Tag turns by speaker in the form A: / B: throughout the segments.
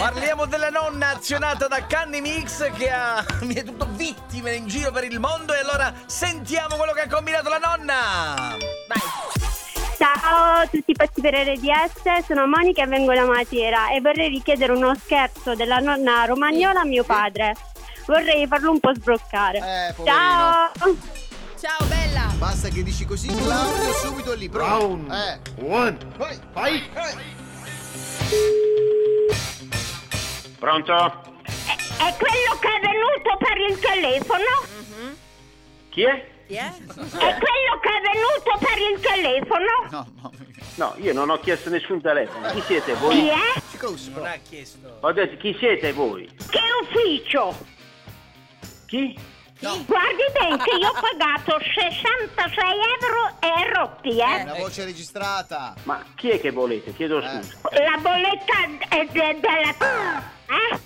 A: Parliamo della nonna azionata da Canny Mix che ha mi è tutto vittime in giro per il mondo e allora sentiamo quello che ha combinato la nonna.
B: Ciao a tutti pazzi per RDS, sono Monica e vengo da Matera e vorrei richiedere uno scherzo della nonna romagnola a mio padre. Vorrei farlo un po' sbroccare.
C: Eh, poverino.
B: Ciao!
D: Ciao bella.
C: Basta che dici così, Claudio, subito lì, pronto.
E: Round
C: Eh.
E: one,
C: Vai.
E: fight!
F: Pronto?
B: È quello che è venuto per il telefono?
F: Chi è?
D: Chi è?
B: È quello che è venuto per il telefono?
C: No, mamma mia.
F: No, io non ho chiesto nessun telefono. Chi siete voi?
B: è?
C: Scusa,
A: Non
C: bro.
A: ha chiesto.
F: Ho detto chi siete voi?
B: Che ufficio?
F: Chi?
B: Guardi bene che io ho pagato 66 euro e rotti, eh?
C: Una voce registrata.
F: Ma chi è che volete? Chiedo scusa.
B: La bolletta è de- della... Eh?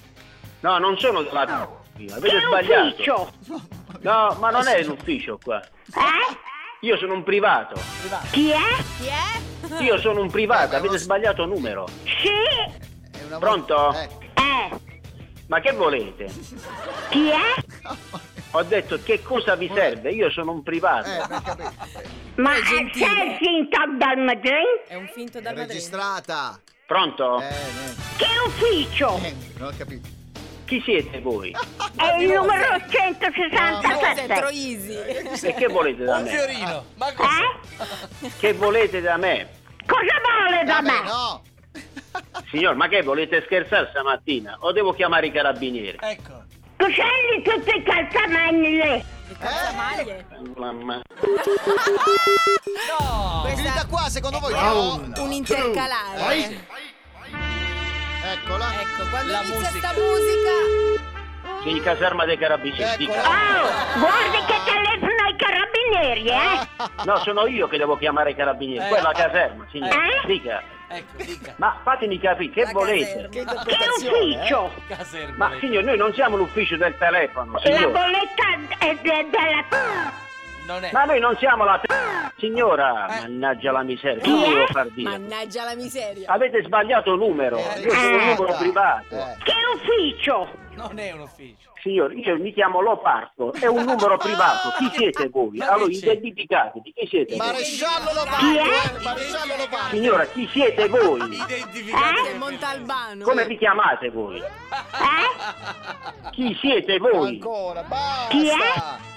F: No, non sono della
B: Che
F: Avete sbagliato.
B: ufficio?
F: No, ma non è l'ufficio qua.
B: Eh?
F: Io sono un privato.
B: Chi è?
D: Chi è?
F: Io sono un privato, avete sbagliato numero.
B: Sì?
C: È una
F: Pronto?
C: Eh.
B: Eh?
F: Ma che volete?
B: Chi è?
F: Ho detto che cosa vi serve? Io sono un
C: Eh,
F: privato.
C: non capito.
B: Ma
D: È gentile.
B: sei finta dal Madrid?
D: È un finto
C: È
D: da madrina.
C: registrata.
F: Pronto?
C: Eh, niente,
B: Che ufficio?
C: niente, non ho capito.
F: Chi siete voi?
B: È il numero
D: Ma cos'è
B: 167.
D: Troisi?
F: E che volete da
A: Un
F: me?
C: Ah.
A: fiorino. Ma cos'è?
B: Eh?
F: Che volete da me?
B: Cosa vuole da
C: Vabbè,
B: me?
C: no.
F: Signor, ma che volete scherzare stamattina? O devo chiamare i carabinieri?
A: Ecco.
B: Cos'è di tutti i calzamagni lì?
D: Maglie.
F: Mamma.
D: No.
C: Finita qua, secondo voi?
E: Round
C: No. Eh.
D: Un
E: two,
D: intercalare.
E: fight!
C: Eccola.
D: Ecco, quando
A: La
D: inizia
A: musica.
D: sta musica.
F: Sei in caserma dei carabinieri.
A: Ecco.
F: dica.
B: Oh, guardi che telefono ai carabinieri, eh?
F: No, sono io che devo chiamare i carabinieri. Quella caserma, signor.
B: Eh.
F: Dica.
A: Eh. Ecco, dica.
F: Ma fatemi capire, che
D: La
F: volete?
D: caserma.
B: Che ufficio?
A: Caserma.
F: Ma signor, noi non siamo l'ufficio del telefono,
B: La
F: signor.
B: bolletta è de- della...
A: Non è.
F: Ma noi non siamo la t- signora.
A: Eh.
F: Mannaggia la miseria, non volevo far dire.
D: Mannaggia la miseria.
F: Avete sbagliato numero.
A: Eh,
F: Io sono un numero
C: registrata.
F: privato.
C: Eh.
B: Che ufficio?
A: Non è un ufficio.
F: Signor, io mi chiamo Loparco, è un numero privato. Chi siete voi?
A: Ma che
F: Allora,
A: c'è?
F: identificatevi. Chi siete voi?
C: Maresciallo lo
B: Chi
C: parlo,
B: è?
C: eh, maresciallo lo parlo.
F: Signora, chi siete voi?
A: Identificate.
D: Che Montalbano.
F: Eh? Come vi chiamate voi?
B: Eh?
F: Chi siete voi?
C: Ah, Ancora,
B: Chi
C: basta.
B: è?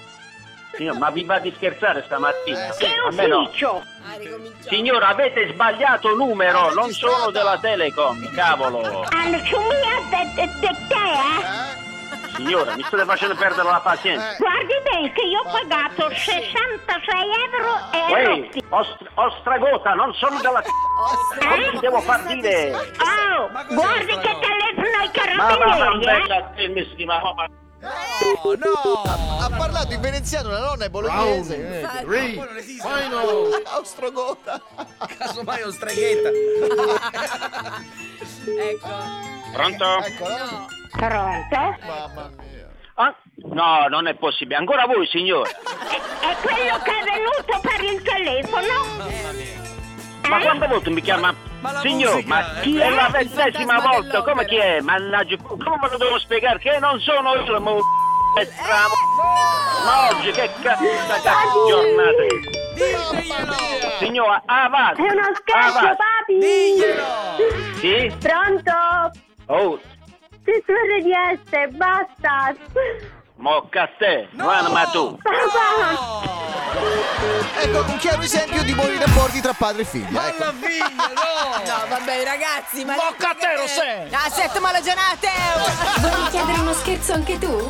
F: Signor, ma vi va di scherzare stamattina?
C: Eh, sì.
B: Che
F: A me no.
B: ufficio?
D: Ah, ricominciamo.
F: Signora, avete sbagliato numero,
C: Eh,
F: non
C: registrata.
F: sono della Telecom, cavolo.
B: Alcimia de, de- de te, eh?
C: Eh?
F: Signora, mi state facendo perdere la pazienza.
C: Eh.
B: Guardi bene che io ho pagato 66 euro e
F: Uè,
B: rotti.
F: os- ostragota, non sono della... Non vi
B: Eh?
F: devo far dire...
B: Oh,
A: Ma cos'è
B: guardi
A: sta
B: che
A: roba?
B: telefono ai
F: Ma va, ma
B: carabinieri, eh?
F: bella, che mi si- ma- ma-
A: No, no.
C: Ha parlato in veneziano la nonna
E: Round
C: è bolognese.
D: Ecco.
C: eh.
E: three,
A: Ma non esiste.
E: final!
C: Austrogota.
A: Casomai è un streghetta.
D: Ecco.
F: Pronto?
C: Eccola.
D: No.
B: Pronto?
C: Mamma mia.
F: Ah, no, non è possibile. Ancora voi, signore.
B: È quello che è venuto per il telefono?
F: Ma quante volte mi chiama?
A: Ma la
F: Signor,
A: musica,
F: ma
A: eh,
F: chi è
A: quello-
F: la
D: il
F: ventesima
D: fantasma
F: volta? Come
D: dell'opera.
F: chi è? Mannaggia, come me lo devo spiegare? Che non sono io, ma...
A: Eh,
F: Ma oggi che cazzo cazzo giornata?
A: Diglielo.
F: Signora, avanti! avanti.
B: papi!
A: Diglielo.
F: Sì?
B: Pronto?
F: Oh,
B: Sì, su RDS, basta!
F: mocca a te, guarda ma tu.
B: Papà!
A: No.
C: Ecco un chiaro esempio di buoni rapporti tra padre e figlio.
A: Ma la
C: Ecco.
A: figlia, no.
D: No, vabbè, ragazzi, ma. Ah,
A: Bocca a te, Rosè.
D: La settima legionate!
G: Vuoi chiedere uno scherzo anche tu?